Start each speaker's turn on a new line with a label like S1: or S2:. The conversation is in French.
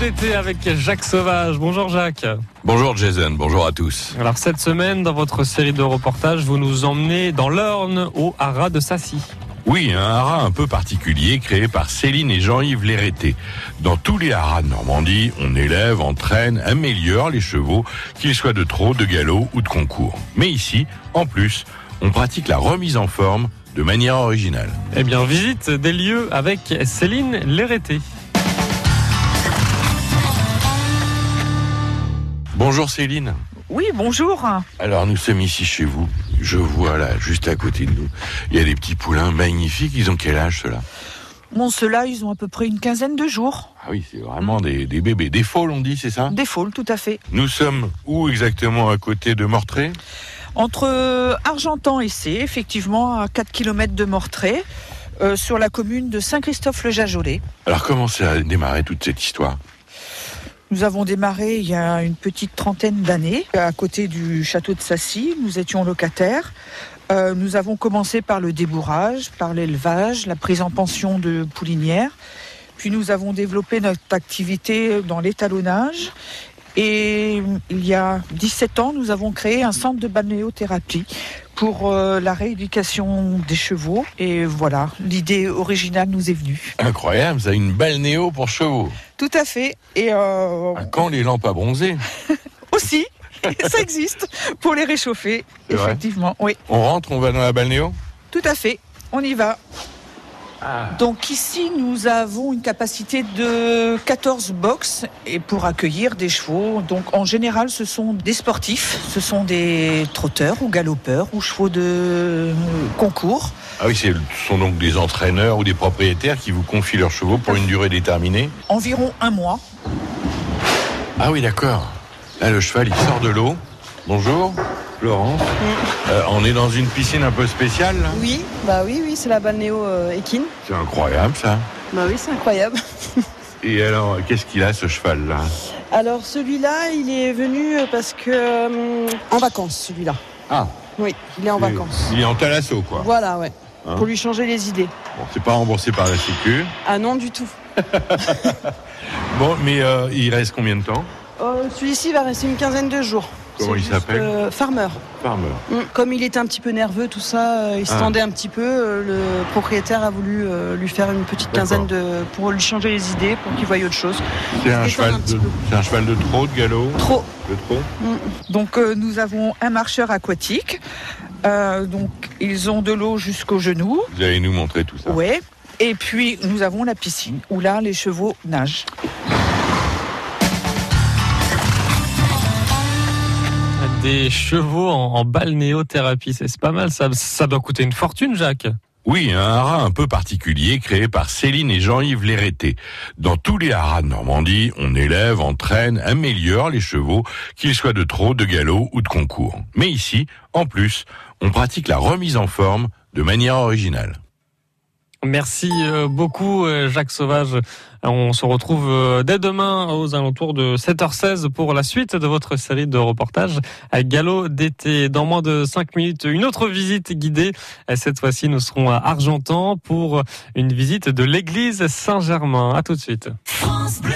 S1: l'été avec Jacques Sauvage. Bonjour Jacques.
S2: Bonjour Jason, bonjour à tous.
S1: Alors cette semaine, dans votre série de reportages, vous nous emmenez dans l'Orne, au haras de Sassy.
S2: Oui, un haras un peu particulier créé par Céline et Jean-Yves Lérêté. Dans tous les haras de Normandie, on élève, entraîne, améliore les chevaux, qu'ils soient de trot, de galop ou de concours. Mais ici, en plus, on pratique la remise en forme de manière originale.
S1: Eh bien, visite des lieux avec Céline Lérêté.
S2: Bonjour Céline.
S3: Oui, bonjour.
S2: Alors nous sommes ici chez vous. Je vois là, juste à côté de nous, il y a des petits poulains magnifiques. Ils ont quel âge ceux-là
S3: Bon, ceux-là, ils ont à peu près une quinzaine de jours.
S2: Ah oui, c'est vraiment des, des bébés. Des faules, on dit, c'est ça
S3: Des faules, tout à fait.
S2: Nous sommes où exactement à côté de Mortray
S3: Entre euh, Argentan et C, effectivement, à 4 km de Mortray, euh, sur la commune de Saint-Christophe-le-Jajolais.
S2: Alors comment ça a démarré toute cette histoire
S3: Nous avons démarré il y a une petite trentaine d'années, à côté du château de Sassy. Nous étions locataires. Euh, nous avons commencé par le débourrage, par l'élevage, la prise en pension de poulinières. Puis nous avons développé notre activité dans l'étalonnage. Et il y a 17 ans, nous avons créé un centre de balnéothérapie pour euh, la rééducation des chevaux. Et voilà, l'idée originale nous est venue.
S2: Incroyable, ça a une balnéo pour chevaux.
S3: Tout à fait. Et euh,
S2: Un camp les lampes à bronzer.
S3: aussi, ça existe pour les réchauffer,
S2: C'est vrai
S3: effectivement. Oui,
S2: On rentre, on va dans la balnéo
S3: tout à fait. On y va.
S2: Ah.
S3: Donc ici, nous avons une capacité de 14 box et pour accueillir des chevaux. Donc en général, ce sont des sportifs, ce sont des trotteurs ou galopeurs ou chevaux de euh, concours.
S2: Ah oui, c'est- ce sont donc des entraîneurs ou des propriétaires qui vous confient leurs chevaux pour une durée déterminée.
S3: Environ un mois.
S2: Ah oui, d'accord. Là, le cheval, il sort de l'eau. Bonjour, Laurence. Euh, on est dans une piscine un peu spéciale. là.
S4: Oui, bah oui, oui, c'est la balnéo euh, équine.
S2: C'est incroyable, ça.
S4: Bah oui, c'est incroyable.
S2: Et alors, qu'est-ce qu'il a, ce cheval-là
S4: Alors celui-là, il est venu euh, parce que euh, en vacances, celui-là.
S2: Ah.
S4: Oui, il est en
S2: Il est-
S4: vacances.
S2: Il est en talasso, quoi.
S4: Voilà, ouais.
S2: Hein
S4: Pour lui changer les idées.
S2: Bon, c'est pas remboursé par la Sécu.
S4: Ah non, du tout.
S2: Bon, mais euh, il reste combien de temps
S4: Euh, celui-ci va rester une quinzaine de jours.
S2: Comment
S4: C'est
S2: il
S4: juste,
S2: s'appelle
S4: euh, Farmer.
S2: Farmer.
S4: Mm. Comme il était un petit peu nerveux, tout ça, euh, il se
S2: Ah.
S4: tendait un petit peu. euh, le propriétaire a voulu euh, lui faire une petite quinzaine de pour lui changer les idées, pour qu'il voie autre chose.
S2: C'est un,
S4: détend
S2: cheval
S4: un petit
S2: de-
S4: peu.
S2: c'est un cheval de trot, de galop
S4: Trop.
S2: Le trot
S3: Donc euh, nous avons un marcheur aquatique. Euh, donc ils ont de l'eau jusqu'aux genoux.
S2: Vous allez nous montrer tout ça.
S3: Ouais. Et puis nous avons la piscine où là les chevaux nagent.
S1: Des chevaux en, en balnéothérapie, c'est c'est pas mal. Ça, ça doit coûter une fortune, Jacques.
S2: Oui, un haras un peu particulier créé par Céline et Jean-Yves Lérêté. Dans tous les haras de Normandie, on élève, entraîne, améliore les chevaux, qu'ils soient de trot, de galop ou de concours. Mais ici, en plus, on pratique la remise en forme de manière originale.
S1: Merci euh, beaucoup, euh, Jacques Sauvage. On se retrouve euh, dès demain aux alentours de 7h16 pour la suite de votre série de reportages à Galop d'été. Dans moins de 5 minutes, une autre visite guidée. Et Cette fois-ci, nous serons à Argentan pour une visite de l'église Saint-Germain. À tout de suite.
S5: France Bleu.